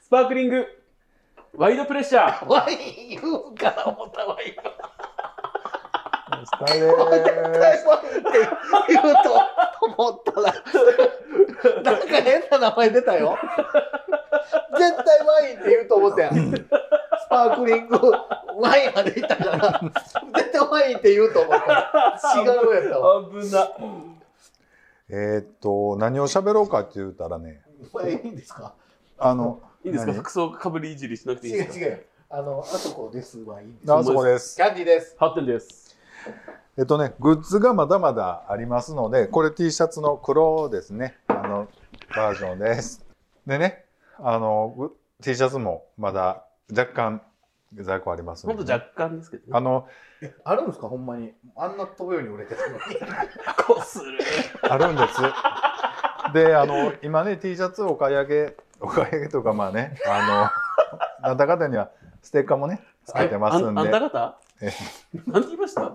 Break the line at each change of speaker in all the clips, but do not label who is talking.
スパークリング、ワイドプレッシャー。
ワイン言うから思ったわ、今。
したね
ワインって言うと思ったら、なんか変な名前出たよ。絶対ワインって言うと思ったやん。スパークリングワインまでいったから、絶対ワインって言うと思った。違うやったわ。
危な。
ー。えーっと、何を喋ろうかって言ったらね、
これいいんですか
あの、
いいですか
何
服装かぶりいじりしなくていい
違う
ですか
違う。あの、あそこですはいいんです。
あそこです。
キャンディーです。
ハッテンです。
えっとね、グッズがまだまだありますので、これ T シャツの黒ですね、あの、バージョンです。でね、あの、グ T シャツもまだ若干在庫あります
ほん
の
と
で、
若干ですけどね。
あの、
あるんですかほんまに。あんな飛ぶように売れてるのに。
こする。
あるんです。で、あの、今ね、T シャツお買い上げ、お買い上げとかまあね、あの、なんだかんだにはステッカーもね、つけてますん
ああんた
で、
方
え
何て言いましたい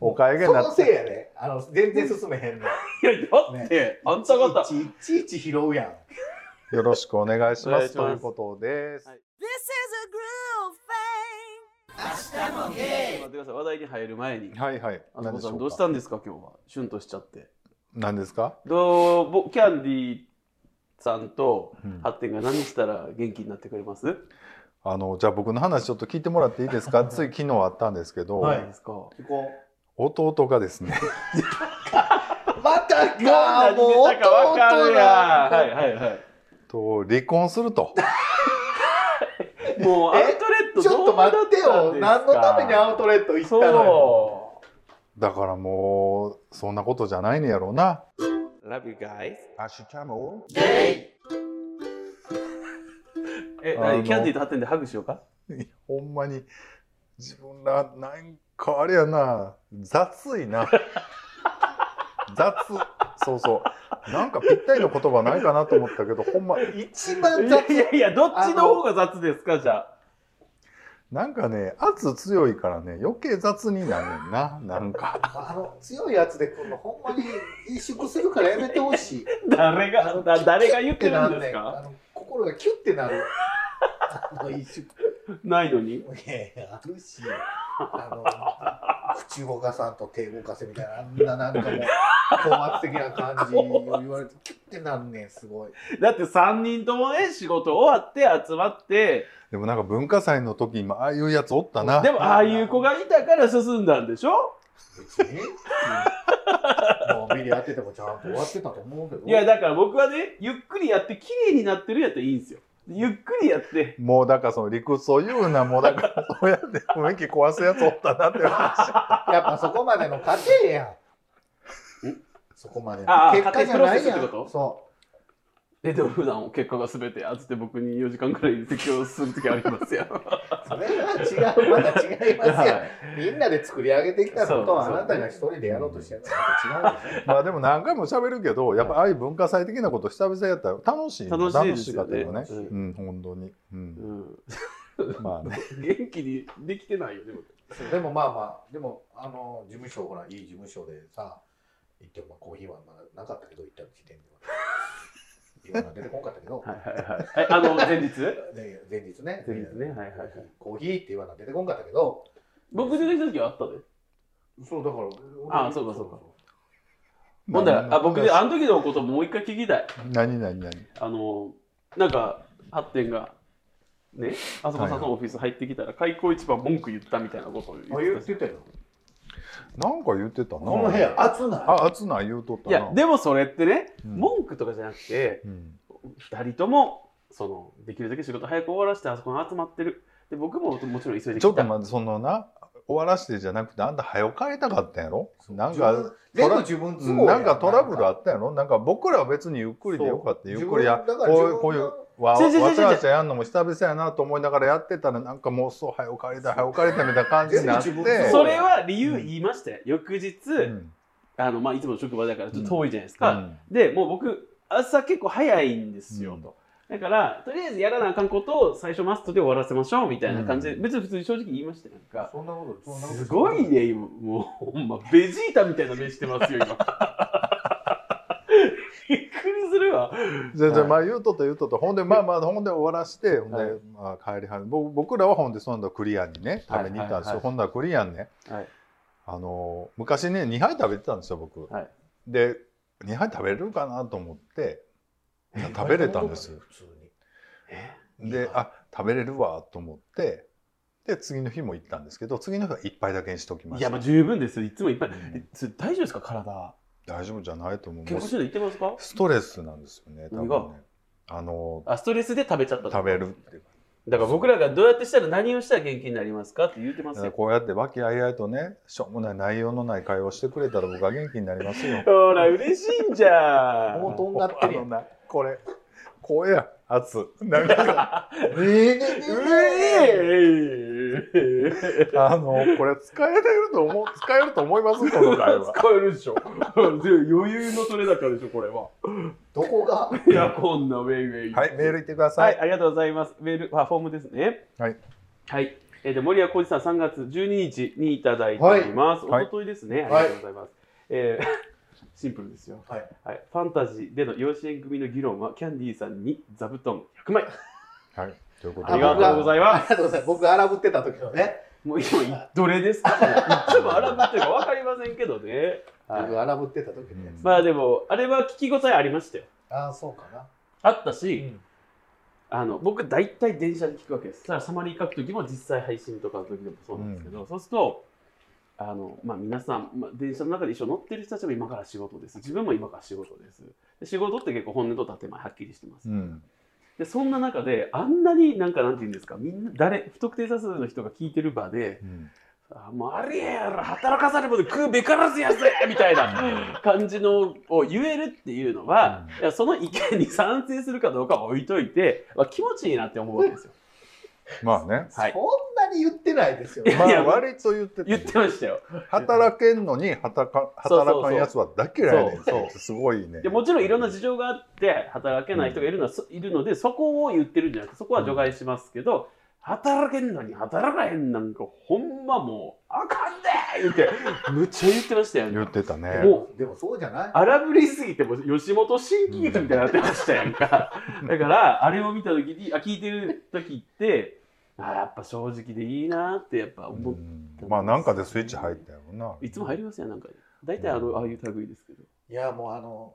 お買い上げに
そ
な
の
っ
せい
て、
やで。あの、全然進めへんの。
や、だって、あんた方。
いちいちいちいち拾うやん。
よろしくお願いし
お願
ま
い
す
します
ということです。
This is a groove thing.
待ってください、話題に入る前に。
はいはい。
あの子さん、ど
何
うしたんですか、今日は。シュンとしちゃって。
何ですか、
どう、ぼキャンディーさんと
うん
ハッテンが何したら元気になってくれます、
あのじゃあ僕の話ちょっと聞いてもらっていいで すかつい昨日あったんですけど、
はい
いいですか。も
聞こ
弟 がですね
う。また
う何
か、もう
したかわかるやん。はい
ん。
はいはい。
と離婚すると
もうアウ
え
トレット
ちょっと待って
どうなったんです
よ。
か
何のためにアウトレット行ったのよ。
そ
だからもうそんなことじゃないんやろうな
う。Love you guys。
アシュチャモ
え、
あの
何キャンディーとハッテンでハグしようか
ほんまに自分らなんかあれやな雑い な雑そうそうなんかぴったりの言葉ないかなと思ったけどほんま
一番
い
雑
やいやいや、どっちの方が雑ですか、じゃあ。
なんかね圧強いからね余計雑になるねんななんか
あの、強いやつで来るの、ほんまに萎縮するからやめてほしい。
誰
あ
が、
の
だ誰が
キュ
言っ
ッ
てる
なん ね
ですか
あの心がキュッてなる。あの、萎縮。
ないのに。
いやいや、あるし、あの、口動かさんと手動かせみたいな、あんななんかもう、高圧的な感じを言われて、キュッてなんねん、すごい。
だって3人ともね、仕事終わって集まって、
でもなんか文化祭の時にもああいうやつおったな
でもああいう子がいたから進んだんでしょ
別に。 のんびりやっててもちゃんと終わってたと思うけど。
いや、だから僕はね、ゆっくりやって綺麗になってるやったらいいんですよ。ゆっくりやっ て。
もうだからその理屈を言うな、もうだからそうやって雰囲気壊すやつおったなって話。
やっぱそこまでの過程やん。そこまでの
ああ
結果じゃない
過程プロセス
や
って
ん。
こと
そ
え、でも普段結果が全て、あつって僕に4時間くらい説教する時ありますよ。
う。それは違う、また違いますやん。
は
みんなで作り上げてきたことはあ
そう
なたが一人でやろうとしてるのと違うんですよ。
まあでも何回も喋るけど、やっぱああいう文化祭的なこと久々やったら楽しい。
楽しいですよね
楽しかったよね。
う
うん、本当に。う
い。う
ん。
ん
まあね。
元気にできてないよね、僕
そうでもまあまあでもあの事務所ほらいい事務所でさ行ってまあコーヒーはまだなかったけど行った時点では今出てこんかったけど、
はいはいはい。えあ の、前日
で前日ね
前日ねはいはいはい
コーヒーって言わな出てこんかったけど
僕出てきた時はあったで。
そうだから
あ
俺
そうかそうか ほんだら、あ、僕で、あの時のこともう一回聞きたい。
何々何
あの、なんか、発展が、ね、あそこさんのオフィス入ってきたら、開口一番文句言ったみたいなことを
あ
言
言
っ。
っててたよ
なんか言ってたな。
この部屋暑ない
あ、熱ない言うとったた
い
な。
や、でもそれってね、
うん
文句とかじゃなくて、
うん。
二人とも、その、できるだけ仕事早く終わらせて、あそこに集まってる。で、僕ももちろん急いで
ちょ
来
っと
た。
待って、そのな、終わらしてじゃなくて、あんた早帰りたかったんやろなん
自
か
分、全部自分都合や
なんかトラブルあったやろなんか僕らは別にゆっくりでよかった。ゆっくりや、
自分だから
こうい
自
う、
分
こういう
の、
わ、わ
違う違う違う違う
ちゃわちゃやんのも久々やなと思いながらやってたら、なんかもうそう、早く帰りたい、早く帰りたいみたいな感じになって。
全部自分の
それは理由言いましたよ。翌日、
うん
あの、まあ、いつもの職場だから、ちょっと遠いじゃないですか。でもう僕朝結構早いんですよ、
うん
とだからとりあえずやらなあかんことを最初マストで終わらせましょうみたいな感じで、
う
別に普通に正直言いましたよなんか
そんなことそんなこと
すごいね今もうほんまベジータみたいな目してますよ今 びっくりするは。
全然、
はい
まあ言うとと言うととほんでまあまあほんで終わらしてほんで、
はい
まあ、帰りはる僕僕らはほんでその度クリアンにね食べに行ったんです
はいはいは
よ、
い
ほんならクリアンね、
はい
あのー昔ね2杯食べてたんですよ僕、
はい
で2杯食べれるかなと思って食べれたんです
普通に。
であ食べれるわと思ってで次の日も行ったんですけど次の日は1杯だけにしときま
い
した
や、まあ十分ですよ。いつもいっぱい。
うん
えそれ大丈夫ですか、体。
大丈夫じゃないと思う
健
もう
康診断行ってますか
ストレスなんですよね多
何が
分ねあのー
あ、ストレスで食べちゃったと
食べるっていう
だから僕らがどうやってしたら何をしたら元気になりますかって言ってますよ。
こうやって和気あいあいとねしょうもない内容のない会話をしてくれたら僕は元気になりますよ
ほら、嬉しいんじゃ。
もうんとんがってるや
あの
ん。
なこれ声や圧なんか
ええ
うえー
あのこれ使えれると思う使えると思いますこの会 話
使えるでしょ。余裕の取れ高でしょ、これは。
どこが
いや、こんなウェイウェイ。
はいメール言ってくださ
はいい、ありがとうございます。メール、あフォームですね。
はい。
はい。えー、で、森谷浩二さん、3月12日にいただいております。
はい
おとといですね。
は
ありが
い
とうございます。えーシンプルですよ、
はい
ファンタジーでの養子縁組の議論はキャンディーさんに座布団100枚
はいということで
ありがとうございます
ありがとうございます。僕、荒ぶってた時のね、
もう今どれですかいつも荒ぶってるか分かりませんけどね、はい
僕、荒ぶってた時のやつ。
まあでもあれは聞き応えありましたよ
ああ、そうかな。
あった
う
し、
ん
あの僕大体電車で聞くわけですだからサマリー書く時も実際配信とかの時でもそうなんですけど、そうするとあの、まあ、皆さん、まあ、電車の中で一緒に乗ってる人たちも今から仕事です自分も今から仕事ですで仕事って結構本音と建前はっきりしてます、
うん
でそんな中であんなになんかなんて言うんですかみんな誰不特定多数の人が聞いてる場で
うん
「あもうあれやろ働かされること食うべからずやぜ!」みたいな感じのを言えるっていうのは、
う
い
ん
やその意見に賛成するかどうかは置いといて、まあ、気持ちいいなって思うわけですよ。
まあね
はい
そんなに言ってないですよね。
ま
いや
あ割と言って
言ったてましたよ。
働けんのに働か働かんやつはだけやねんって
そうそう
すごいね
でもちろんいろんな事情があって働けない人がいるのは、そいるのでそこを言ってるんじゃなくてそこは除外しますけど、働けんのに働かへんなんかほんまもうあかんで言ってむっちゃ言ってましたよ
言っ
ね。
てたね
もう
でもそうじゃない
荒ぶりすぎてもう吉本新喜劇みたいになってましたやん か、だからあれを見た時にあ聞いてる時ってあやっぱ正直でいいなってやっぱ思っ
うんまあなんかでスイッチ入ったよない
つも入りますやんなんか大体あのああいう類ですけど
いや、もうあの、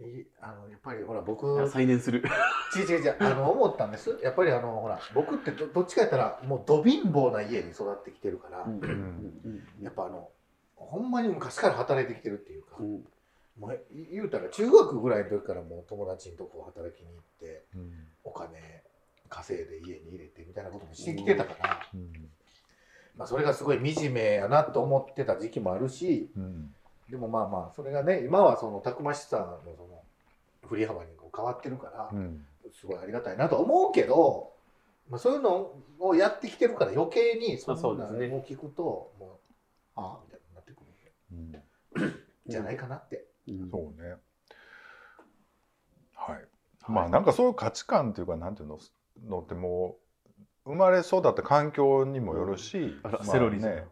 いあのやっぱりほら、僕、
あ再燃する
違う違う違う、あの、思ったんです。やっぱりあの、ほら、僕ってどどっちかやったら、もう、ど貧乏な家に育ってきてるから、
うんうんうん
やっぱあの、ほんまに昔から働いてきてるっていうか、
うん
もうい言うたら中学ぐらいの時からもう友達のとこ働きに行って
うん
お金稼いで家に入れてみたいなこともしてきてたから、
うん
まあ、それがすごい惨めやなと思ってた時期もあるし
うん
でもまあまあそれがね今はそのたくましさのその振り幅にこう変わってるから
うん
すごいありがたいなとは思うけど、まあ、そういうのをやってきてるから余計にそ
まあそ
ん
う
な
です
の
ね
を聞くともうああみたいになってくるん
うん
じゃないかなって。
うん
そうね。はい。まあなんかそういう価値観っていうかなんていうののってもう生まれ育った環境にもよるし、
あ
ま
ら
あ
セロリじゃん
ね、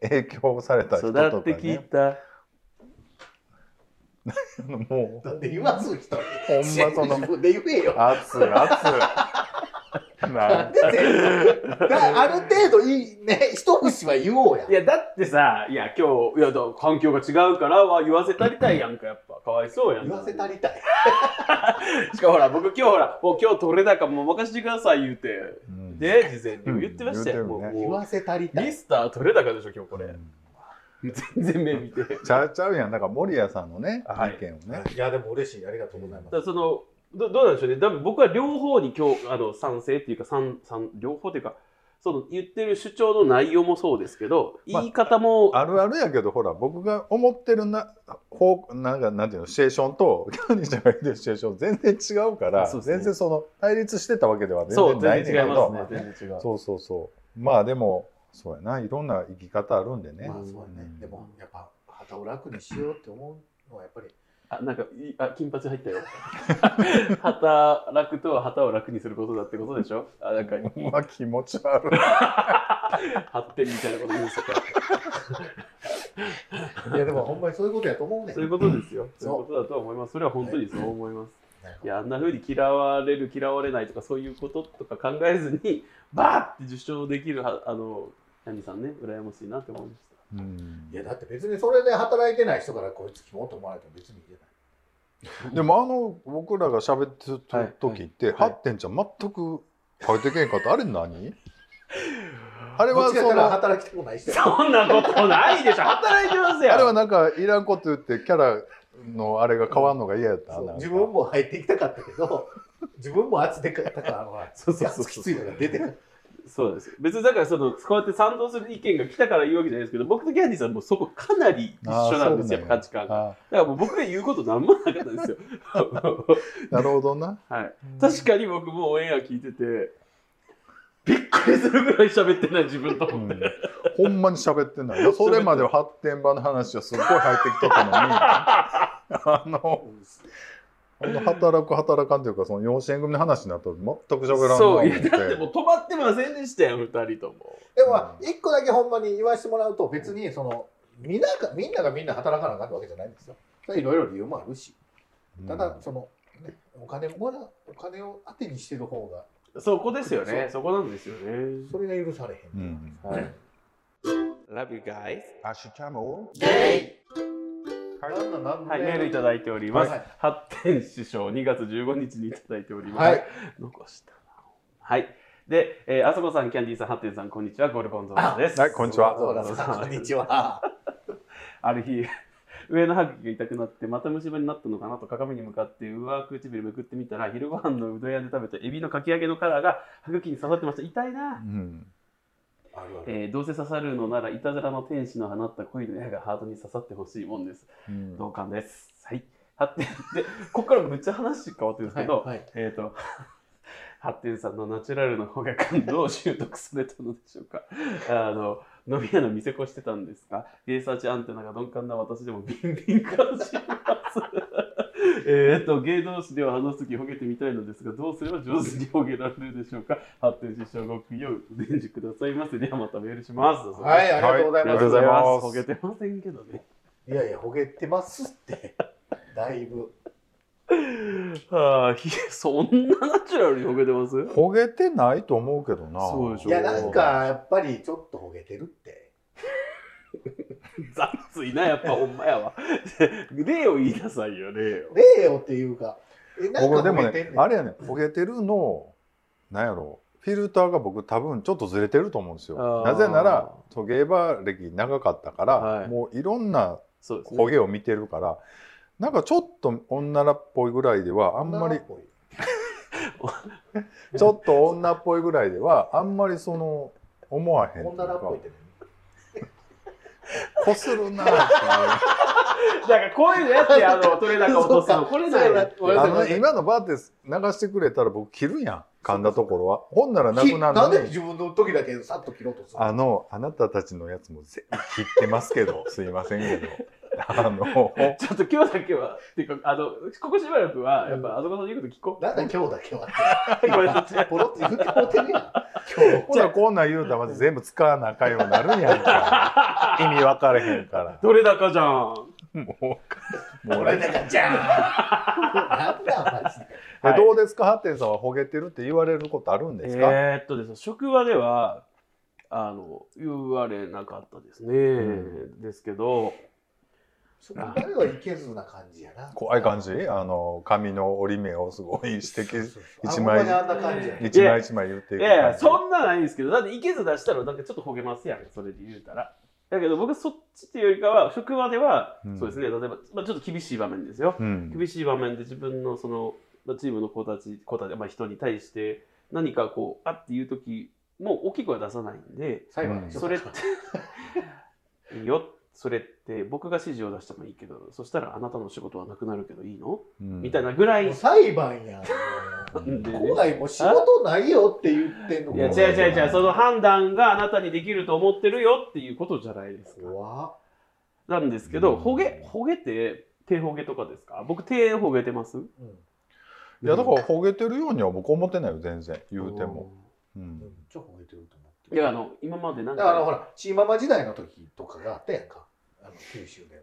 影響された人とか
育ってき
ね、
た
もう
なんで言わず人に
ほんまその
自分で言えよ。
熱熱
な
なん
で全部だある程度いいね、一節は言おうや
い。やだってさいや今日いやだ環境が違うからは言わせたりたいやんかやっぱかわいそうやん
言わせたりたい。
しかもほら僕今日ほらもう今日取れ高もう任せてください言うて
うん
で事前に
うん
も言ってましたよ、
言うてるね
もう
言
も
わせたり
う
た
ミ
い。
スター取れ高でしょ今日こ
う
れ
ん
全然目見て
ちゃうちゃうやんだから守谷さんのね
はい
意見をね、
いや、でも嬉しい。ありがとうござい
だからそのどどうなんでしょうね多分僕は両方に今日あの賛成っていうか賛賛両方というかその言ってる主張の内容もそうですけど
まあ
言い方も、
あるあるやけどほら僕が思ってるな方なんかなんていうのシチュエーションと キャンディーちゃんが言ってるシチュエーション全然違うから
そうですね
全然その対立してたわけでは全
そう
然ない
全
ねんだ
然違い
けど
ますね全然違う
そうそうそうまあでもそうやないろんな生き方あるんでね、
まあそうね。でも、やっぱ、旗を楽にしようって思うのは、やっ ぱり、
あ、なんか、いあ、金髪入ったよ。 働くとは旗を楽にすることだってことでしょあ、なんか、
ほ んまあ気持ち悪い
張ってるみたいなこと言うんですか。
いやでもほんまにそういうことやと思うねん
そういうことですよ。
そう
そういうことだとは思います。それは本当にそう思います。
なるほ
い
ど
や、あんな風に嫌われる、嫌われないとか、そういうこととか考えずに、バーって受賞できるは、あの、ヤミさんね、羨ましいなって思いました。
うん
いやだって別にそれで働いてない人からこいつキモと思われても別にいいじゃない
でもあの僕らが喋って
はいは
る
い
時って、
はい
発展ちゃん全く書いてけんかったあれ何 あれ
こ
は
っち
そ
から
の
働きたくない人や
そんなことないでしょ。働いてますよ。
あれはなんかいらんこと言ってキャラのあれが変わんのが嫌やった、
そう
なんか
自分も入っていきたかったけど自分も圧でかったからあの
そうそう
や
そ
つ
う
き
そう
ついのが出てる
そうです。別にだからその、こうやって賛同する意見が来たから言うわけじゃないですけど、僕とギャンディさんもそこかなり一緒なんですよ、や
あーそうなんや
っぱ価値観が。
あ
だからもう僕が言うことなんもなかったんですよ。
なるほどな
はい、確かに僕もオンエア聞いてて、びっくりするぐらい喋ってない自分と
う
思っ
ん
て。
ほんまに喋ってないそれまでは発展場の話はすっごい入ってきとったのに あのあの働く働かんというかその養子縁組の話になったら全く喋らんなと思っ
そう、いや、
て
だってもう止まってませんでしたよ、二人とも。
でもまあ一個だけほんまに言わせてもらうと別にそのみんながみんながみんな働かなあかったわけじゃないんですよそれいろいろ理由もあるしたた
だ
だその、ね、お金もらお金を当てにしてる方が
そこですよね、そこなんですよね。
それが許されへん、
うん
はい。Love you guys。
アシュチャモ
なんなんなんで
はい、メールいた
い
だいております。
はい
発展師匠、2月15日にいただいております。
はい
残したな。はい。で、えー、あそこさん、キャンディーさん、ハッテンさん、こんにちは。ゴルゴンゾーラです。
はいこんにちは
そうだそうだこんにちは
ある日、上の歯茎が痛くなって、また虫歯になったのかなと鏡に向かって、上唇めくってみたら、昼ご飯のうどん屋で食べたエビのかき揚げのカラーが歯茎に刺さってました。痛いな。
うん
あるある
えーどうせ刺さるのなら、いたずらの天使の放った恋の矢がハートに刺さってほしいもんです。
うん
同感です。はい。発展で、ここからめっちゃ話変わってるんですけど、
はいはい
えっ、ー、と、 発展さんのナチュラルの方がどう習得されたのでしょうか。 あの、飲み屋の店越してたんですが、ゲイサーチアンテナが鈍感な私でもビンビン感じます。 えっと、芸同士では話すときほげてみたいのですが、どうすれば上手にほげられるでしょうか。発展師匠ごきげんよう、お伝授くださいませ。ではまたメールします。
はい、ありがとうござい
あり
ま
が
す。
とうござい
ありが
ま
とう
す。
ご
ほ
ざい
げ
ま
てません
す
けどね。
いやいや、ほげてます って。だいぶ。
はあ、ひそんなナチュラルにほげてます
ほげてないと思うけどな
そうでし
い
ょ
や、なんか、やっぱり、ちょっとほげてるって。
雑いな、やっぱほんまやわ。 例を言いなさいよ、例を。
例よっていうか。え、なんか
僕でも
ほげて
ね
んねん
あれやねほげてるのなんやろフィルターが僕多分ちょっとずれてると思うんですよ
あー
なぜならトゲーバー歴長かったから、
はい
もういろんな
そうです
ほ
ね。
げを見てるからなんかちょっと女らっぽいぐらいではあんま
女
り
の子っぽい
ちょっと女っぽいぐらいではあんまりその思わへんという
女らっぽいってね。
こするな ぁってい
だ
う
からこういうのやって、あの、取れ高落とすの、これだよ。
そうだ
あ
ごめんな
の
さい
今のバーって流してくれたら僕切るやん噛んだところはほんならなく
き
な
なんで
るのに
自分の時だけさっと切ろうとする
あのあなたたちのやつも全部切ってますけ どすいませんけどあの
ちょっと今日だけは、っていうか、あの、ここしばらくは、やっぱ、あそこの言うこと聞こう。
なんだ今日だ けは
ごめんなさい
ポロって言ってもうてるやん。今日。
ほらこんなん言うたらまず全部使わなあかんようになるんや んか意味分かれへんから
取れ高じゃん。
もうもう
これだから、じゃーん。なんだ、マジで。
え
はい
どうですかハッテンさんはほげてるって言われることあるんですか、
えーっとですね、職場ではあの言われなかったですね、
う
ですけど、
そこまではいけずな感じやな。
怖い感じあの髪の折り目をすごい指摘
そうそう
一枚
あほんまにあんな感じやね。
一枚一枚言ってい
い
く
やい
感
や、
じ
そんなないんですけど、だっていけず出したら、なんかちょっとほげますやん、それで言うたら。だけど、僕、そっちっていうよりかは、職場では、
うん
そうですね、例えば、まあ、ちょっと厳しい場面ですよ。
うん
厳しい場面で自分のその、まあ、チームの子たち、子たち、まあ、人に対して、何かこう、あっていう時も、大きい声は出さないんで、
裁判でしょ
そ れって、いいよ、それって、僕が指示を出してもいいけど、そしたらあなたの仕事はなくなるけどいいの
うん
みたいなぐらい
もう。裁判やん。
んでね
怖い、もう仕事ないよって言ってんの
いや、違う違う違う、その判断があなたにできると思ってるよっていうことじゃないですか。
怖っ
なんですけ
う
ど、
ん
ほげ、ほげって、手ほげとかですか僕、手ほげてます
うん
いやだからほげてるようには僕思ってないよ全然言うても、。う
めっ
ん、
ちゃ褒めてると思って
いや、あの、今までなん
だから
か、
ほらチーママ時代の時とかがあったやんかあの九州では。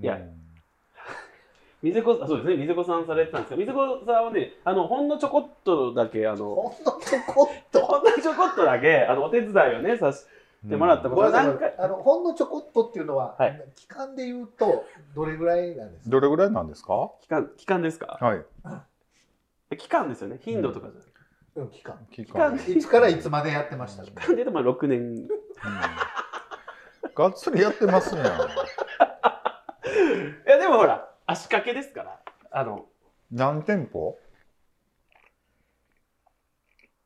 いや水子さん、そうですね、水子さんされてたんですけど、水子さんはね、あの、ほんのちょこっとだけ、あの、
ほんのちょこっと。
ほんのちょこっとだけ、あの、お手伝いをね、さしてもらった
うん
こと
ごめんなさい
何回
あのほんのちょこっとっていうのは、
はい
期間で言うとどれぐらいなんですか
どれぐらいなんですか
期間、期間ですか
はい。
期間ですよね、頻度とかじゃなくて。
うん期間
期
間
うん
いつからいつまでやってました
期
期間で言うと、まあ、6年。
がっつりやってますね。
いや、でもほら、足掛けですから、あの、
何店舗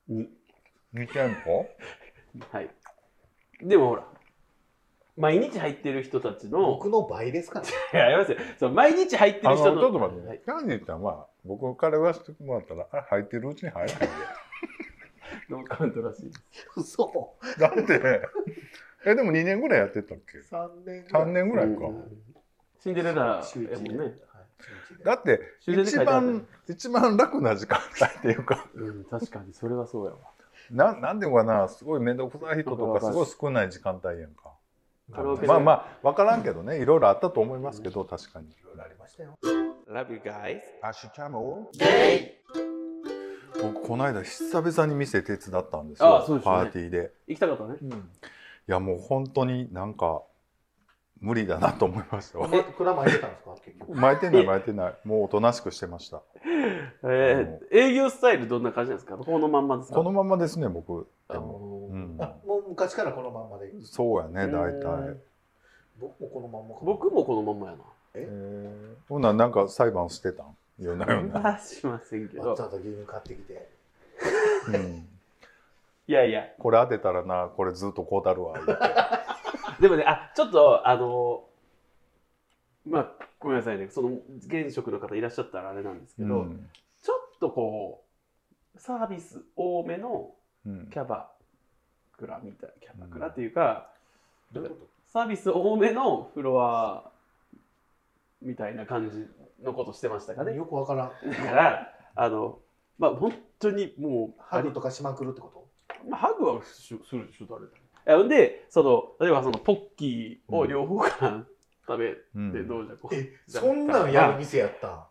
に。
?2 店舗
はい。でもほら、毎日入ってる人たちの、
僕の倍ですから、ね、
いや、やりますよ。そう、毎日入って
あ
る
の、ち
人
ょっ
の、
と待っ
はい
て。キャンディーちゃんは、僕から言わせてもらったら、あれ入ってるうちに入らないん
ノーカウントらしい。
嘘
だって、え、でも2年ぐらいやってたっけ
三年ぐらい
?3 年ぐらいか。
うんシンデレラ
週
や
一
も
で
んね。
はい週一で
だって、
終電で
一
書いてあったよ
番、一番楽な時間帯っていうか、
うん、確かに、それはそうやわ。
ななんでかな、すごい面倒くさい人と
わか
か、す
る
ごい少ない時間帯やんか。
カラオケで
まあまあ、わからんけどね、いろいろあったと思いますけど、確かに。
いろいろありましたよ
Love you guys.
アシュチャム僕、この間、久々に店手伝ったんですよ、
あそうですよ
パ
ね
ーティーで。
行きたかったね。
いや、もう本当になんか、無理だなと思いましたわ。
え蔵前入れたんですか結局
巻いてない、巻いてない。もうおとなしくしてました。
えー、営業スタイルどんな感じなんですかこのまんまですか
このままですね、僕。
あ
で
の
も
ー
うん
あもう昔からこのまんまで
そうやね、大
う
体
ん。
僕もこのまんまかな
僕もこのまんまや
えーほんならなんか裁判してたんよなよ
な。
な。
はしませんけ
わ
ど
ざ。わざ牛乳買ってきて
うん
いやいや、
これ当てたらな、これずっとこうたるわ。言うて
でもね、あ、ちょっと、あのーまあ、ごめんなさいね、その、現職の方いらっしゃったらあれなんですけ
う
ど、
ん
ちょっとこう、サービス多めの
うん
キャバクラみたいな、キャバクラっていうか、
どういうこ
サービス多めのフロアみたいな感じのことしてましたか
と
ね。
よくわからん
だから、あの、まあ、本当にもう、
ハグとかしまくるってこと
まあ、ハグはしするでしょ、誰だっていや。んで、その、例えばそのポッキーを両方から食べて、
うん
どうじゃ、こう。
えそんなんやる店やった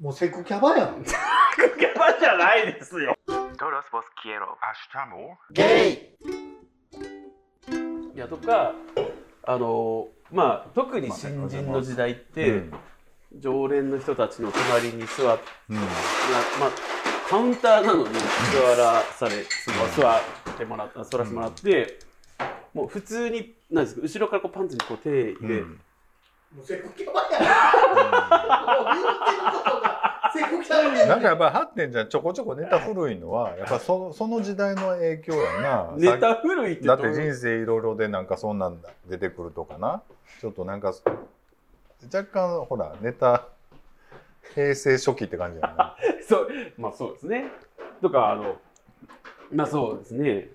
もうセクキャバやん
キャバじゃないですよ。いや、とか、あの、まあ、特に新人の時代って、
うん
常連の人たちの隣に座って、
うん
まあ、カウンターなのに座らされ、座座ってもらった、座らせてもらって、もう普通に、なんですか、後ろからこうパンツにこう手
う
入れ、
ん
もうセクキャバやんもう言うてることがセクキャバやん
なんかやっぱ発展じゃんちょこちょこネタ古いの はやっぱそのその時代の影響やな
ネタ古いって
だ
ど
っ
う
て人生いろいろでなんかそんなんだ出てくるとかなちょっとなんか若干ほらネタ平成初期って感じ やな
そう、まあそうですね。とか、あの、まあそうですね。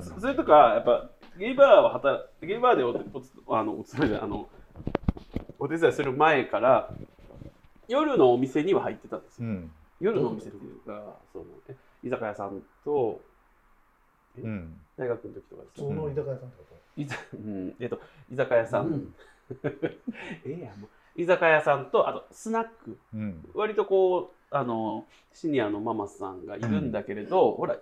そそれとか、やっぱ、ゲイバーを働ゲイバーでおおつあのおつまみじゃないあの、お手伝いする前から、夜のお店には入ってたんですよ
うん
夜のお店っていうか、そのえ居酒屋さんと
うん
大学の時とかです
普通の居酒屋さんってこ
いざうんえっと、居酒屋
と
さん、ええやんもう居酒屋さんとあとスナック
うん
割とこうあのシニアのママさんがいるんだけれど、ほらい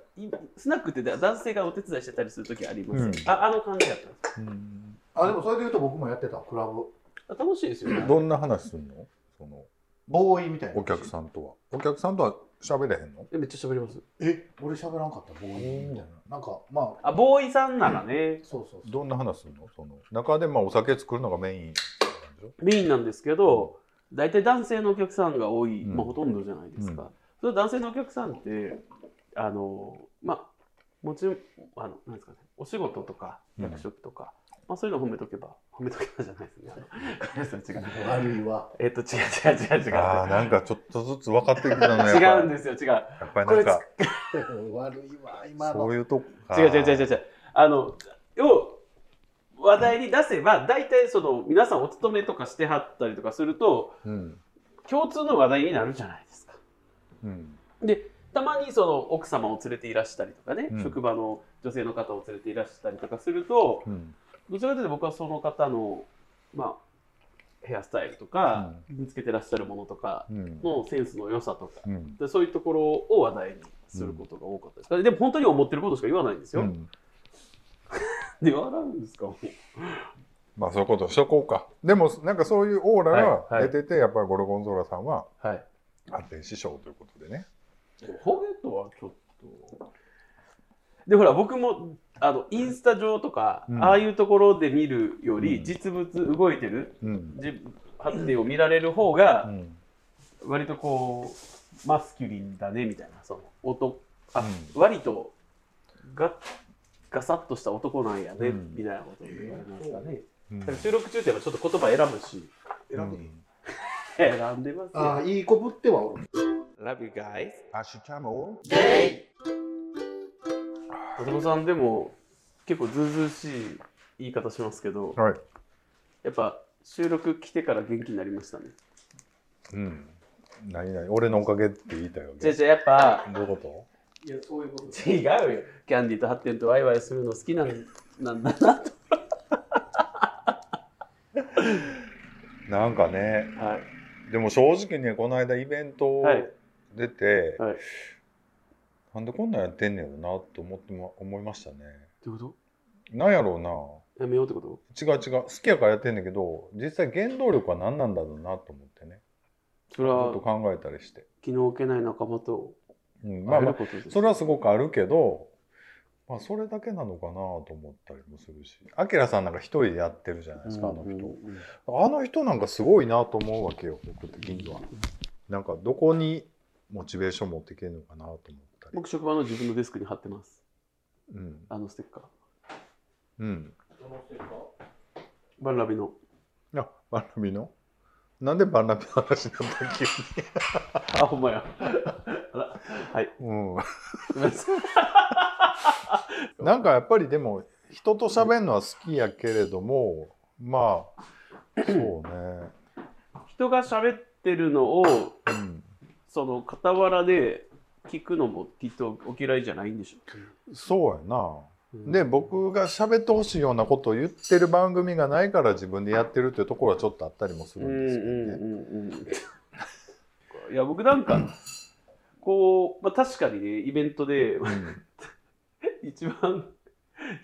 スナックって男性がお手伝いしてたりする時ありますよ、
うん
ああの感じだったんです
うん
あでもそれで言うと僕もやってたクラブ
あ楽しいですよね
どんな話すんのその
ボーイみたいな
お客さんとはお客さんとは喋れへんの
えめっちゃ喋ります
え俺喋らんかったボーイみたいななんかまあ
あボーイさんならね、
そうそうそう
どんな話すんのその中でまあお酒作るのがメインなんでしょ
メインなんですけど大体男性のお客さんが多い、
うん
まあ、ほとんどじゃないですか、
う
その男性のお客さんってあのまあもちろんあのなんですかねお仕事とか
うん
役職とか、まあ、そういうの褒めとけば褒めとけばじゃないですねあのごめんなさい違う
あるいは
えっと違う違う違う違う
ああなんかちょっとずつ分かってきたのやっ
違うん
ぱ
ですよ違う
やっぱりなんか
悪いわ今
そ
の
ういうとこか
違う違う違う違う違うあのを話題に出せば大体その皆さんお勤めとかしてはったりとかすると
うん
共通の話題になるじゃないですか
うん
でたまにその奥様を連れていらしたりとかね、
うん
職場の女性の方を連れていらしたりとかすると
うん
どちらかというと僕はその方のまあ、ヘアスタイルとか、身につけてらっしゃるものとか
うん
のセンスの良さとか、
うん
でそういうところを話題にすることが多かったです。でも本当に思ってることしか言わないんです
う
よ。
ん
で、笑うんですかもう
まあそういうことしとこうかでもなんかそういうオーラ
は
が
いは
出
い
ててやっぱりゴルゴンゾーラさんは
はい。
発展師匠ということでね
でもホゲットはちょっと。で、ほら、僕も、あの、インスタ上とか、
うん
ああいうところで見るより、
うん
実物動いてる、
うん
じ発展を見られる方
う
が、
ん
割とこう、マスキュリンだね、みたいな、その、音、あ、
う
割と、が、ガサッとした男なんやね、
うん
みたいなことを言われますかね。
うん
だから収録中ってやっぱちょっと言葉選ぶし、
選んでいい
うん
選んでます
ああ、
よ。
いい子ぶってはおる。
Love you guys.
アシュチャモ
子供さんでも結構ずうずうしい言い方しますけど、
はい
やっぱ収録来てから元気になりましたね。
うん何々俺のおかげって言いたいわ
じゃ
け
あじゃあやっぱ
どういうこ
いや、そういうこと。
違うよ。キャンディーと発展とワイワイするの好きなんなんだなと。
となんかね
はい
でも正直ねこの間イベント
はい
出て、
はい。
なんでこんなんやってんねやろなと思ってま思いましたね
どういうこ
なんやろうな
と？やめようってこと？
違う違う好きやからやってんだけど実際原動力は何なんだろうなと思ってね
それ
ちょ
は
っと考えたりして、
気の置けない仲間と
うん、
会
まあ
える
まあ
ことです。
それはすごくあるけど、まあ、それだけなのかなと思ったりもするしアキラさんなんか一人でやってるじゃないですか、あの人、
うん
あの人なんかすごいなと思うわけよ僕的にはなんかどこにモチベーション持っていけるのかなと思ったり
僕職場の自分のデスクに貼ってます。
うん
あのステッカー。
うん
バンラビの。
あバンラビのなんでバンラビの話になった っけ
あほんまや。あらはい。
うん
ごめんなさい
なんかやっぱりでも人と喋るのは好きやけれどもまあそうね、
人が喋ってるのを
うん、
その傍らで聞くのもきっとお嫌いじゃないんでし
そうやな
ょ、う
で僕が喋ってほしいようなことを言ってる番組がないから自分でやってるっていうところはちょっとあったりもす
うん
る
うん
ですけどね、
んうんうんいや僕なんかこう、まあ、確かにねイベントで一番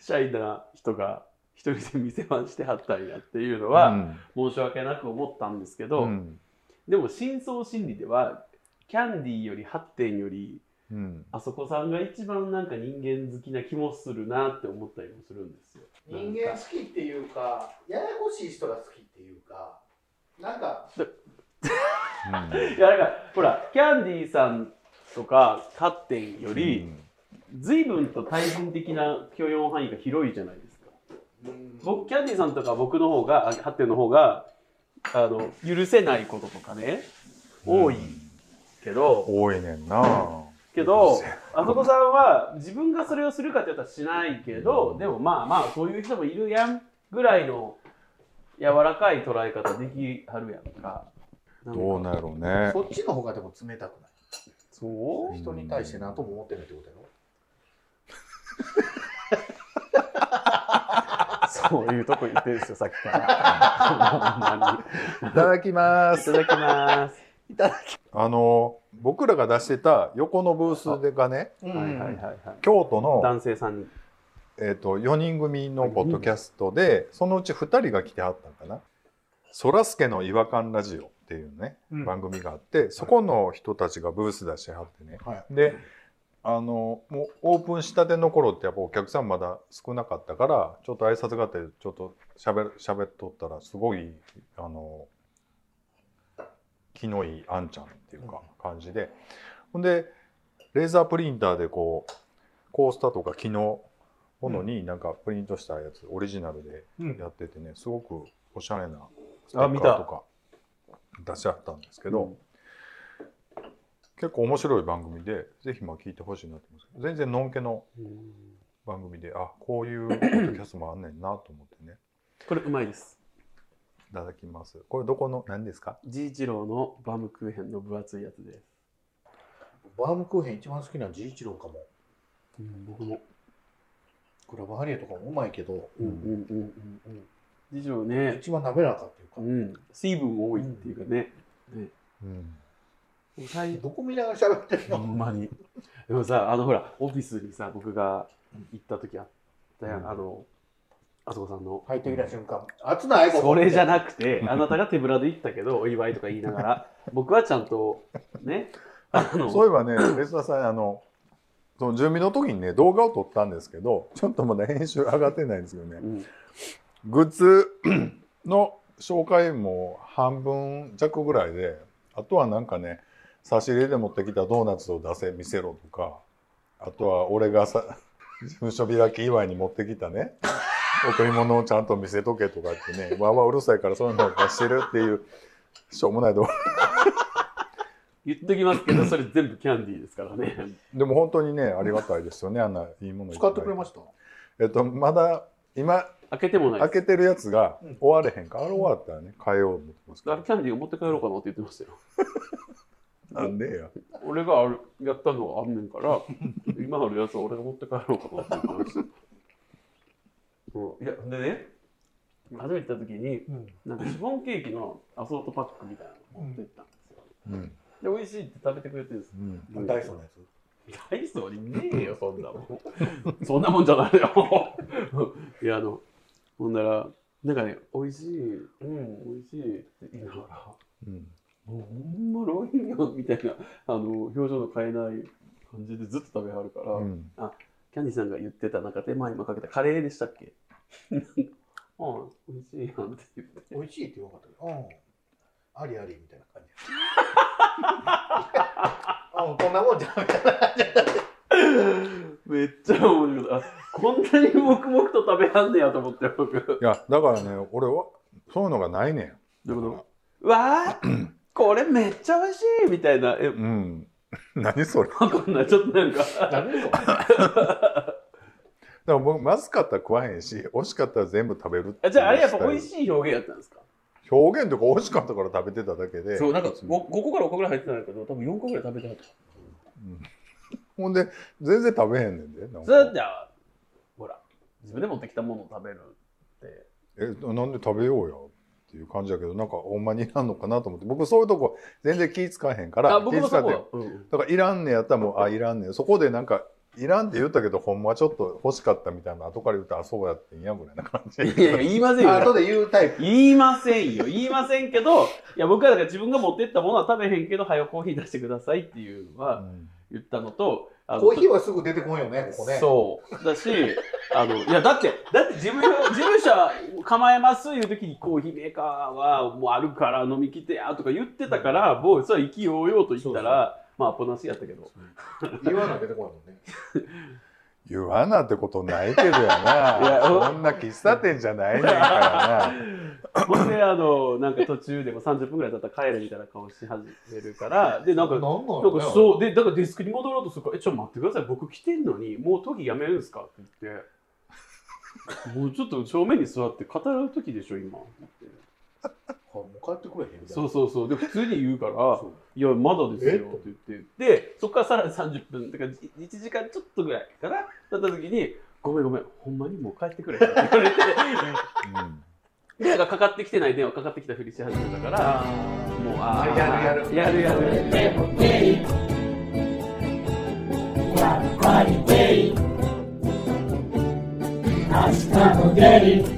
シャイな人が一人で店番してはったんやっていうのは申し訳なく思ったんですけ
うん
ど、
うん
でも真相心理ではキャンディーより発展より
うん
あそこさんが一番なんか人間好きな気もするなって思ったりもするんですよ。
人間好きっていうか、ややこしい人が好きっていうか、なんか、
いやだからほらキャンディーさんとかカッテンより、随分と対人的な許容範囲が広いじゃないですか
うん
僕キャンディーさんとか僕の方があカッテンの方があの許せないこととかね多いけど、
多いねんな
けどあそこさんは自分がそれをするかって言ったらしないけど、でもまあまあそういう人もいるやんぐらいの柔らかい捉え方できはるやんか。なんか
どうなんやろうね
そっちの方がでも冷たくない。
そう
人に対して何とも思ってないってことやろ。
そういうとこ言ってるんですよ、さっき から。
いただきま
い
す
ただきます。
あの僕らが出してた横のブースでがね
う
はいはいはいはい。
京都の
男性さんに。
えー、と4人組のポッドキャストで、そのうち2人が来てはったんかな「そらすけの違和感ラジオ」っていうね、
うん
番組があってそこの人たちがブース出してはってね、
はい
であのもうオープンしたての頃ってやっぱお客さんまだ少なかったからちょっと挨拶があってちょっとしゃべしゃべっとったらすごいあの気のいいあんちゃんっていうか感じでほんでレーザープリンターでこうコースターとか木のものになんかプリントしたやつ、オリジナルでやっててねすごくおしゃれなステ
あ
ッ
見
カ
た
ーとか出し合ったんですけど、結構面白い番組でぜひまあ聞いてほしいなと思うんですけど全然のんけの番組であこういうポッドキャストもあんねんなと思ってね
これうまいです。
いただきますこれどこの何ですか
ジイチローのバームクーヘンの分厚いやつです。
バームクーヘン一番好きなのはジイチローかも。
僕も。
グラバハリエとかもうまいけど、
うんうんうんうんうん。でしょうね。
一番滑らかっていうか
う、ん。水分も多いっていうかね。
うん。
もう最
どこ見ながら喋ってる
ほ
の、
んまに。でもさ、あのほら、オフィスにさ、僕が行った時あったやん、
うん
あの、あそこさんの。
入ってきた瞬間、熱ないこ
それじゃ
い。
なくて、あなたが手ぶらで行ったけど、お祝いとか言いながら、僕はちゃんと、ね、あの、
そういえばね、別田さん、あの、その準備の時にね、動画を撮ったんですけど、ちょっとまだ編集上がってないんですよね
う。ん
グッズ の紹介も半分弱ぐらいで、あとはなんかね、差し入れで持ってきたドーナツを出せ、見せろとか、あとは俺がさ、 事務所開き祝いに持ってきたね、 贈り物をちゃんと見せとけとかってね、わーわーうるさいからそういうのを出してるっていう、しょうもない動画
言っときますけど、それ全部キャンディーですからね。
でも本当にね、ありがたいですよね、あんないいものいぱ
使
い
ってくれました
えっと、まだ、今、
開けてもない
開
です。
けてるやつが
うん
終われへんから、あれ終わったらね、変えようと思ってます
あ
か
れキャンディーを持って帰ろうかなって言ってましたよ。
ら。なんでや。
俺があるやったのはあんねんから、今あるやつは俺が持って帰ろうかなって言ってました。そういや、でね、初めて行った時に、
うん。
なんかシフォンケーキのアソートパックみたいなの持ってったんですよ。
うん。
で、美味しいって食べてくれてるんです。
うん。
ダイソーのやつ。
ダイソーにねえよ、そんなもん。 そんなもんじゃないよ。 いや、あの、ほんなら、なんかね、美味しい、うん、美味しいって言いながら、
うん。
もうほんまロインみたいな、あの、表情の変えない感じでずっと食べはるから、
うん。
キャンディさんが言ってた中で、まあ今かけたカレーでしたっけ うん、美味しいやんって言って。
美味しいって言わなかったけど、うん。ありありみたいな感じ。 うん、こんなもんじゃみたいな感じだった。
めっちゃ面白かった。あこんなに黙々と食べはんねやと思って、僕。
いや、だからね、俺は、そういうのがないねん。
どういうことわあこれめっちゃ美味しいみたいな。え、
うん。 何それ。だか
わかんない。ちょっとなんか。
何でしょ
ら僕、まずかったら食わへんし、美味しかったら全部食べるってい
あ
う
じゃああれやっぱ美味
ス
しい表現やったんですか
タイル表現とか美味しかったから食べてただけで。
そう、なんか 5, 個から6個ぐらい入ってたんだけど、多分4個ぐらい食べてはった。
うんほんで、全然食べへんねんで。なんか
それだって、あほら、自分で持ってきたものを食べるって。
えなんで食べようよっていう感じだけどなんかほんまにいらんのかなと思って僕そういうとこ全然気使わへんから
あ、僕もそこ
気
は
使って。
うん
だからいらんねやったらもうあいらんねそこでなんかいらんって言ったけどほんまはちょっと欲しかったみたいな後から言うとあそうやってんやぐらいな感じ
いやいや、言いませんよ。
後で言うタイプ。
言いませんよ。言いませんけど、いや、僕はだから自分が持ってったものは食べへんけど、早くコーヒー出してくださいっていうの
う
は
ん
言ったのと、あの
コーヒーはすぐ出てこんよね、ここね。
そう。だし、あの、いや、だって、だって事務所、事務所構えますいう時にコーヒーメーカーはもうあるから飲みきてやとか言ってたから、もうそれは意気揚々と言ったら、まあ、アポなしやったけど。
言わな出てこないもんね。
言わなってことないけどやな
いや
そんな喫茶店じゃないねんからな
ほんで、あの、なんか途中でも30分ぐらい経ったら帰るみたいな顔し始めるから、で、なんか、
なんなんや
な
ろ
んか
ね
そうでだからデスクに戻ろうとするから「えちょっと待ってください僕来てんのにもう時やめるんですか?」って言って「もうちょっと正面に座って語らう時でしょ今」
あもう帰ってくれへんみたいな
そうそうそうで普通に言うから「
そう
いやまだです
え
よ」って言ってでそこからさらに30分だからじ1時間ちょっとぐらいかなだった時に「ごめんごめんほんまにもう帰ってくれ」って言われて
うん
でだからかかってきてない電話かかってきたふりし始めたからもうあー
やる
やるやる
明日も出る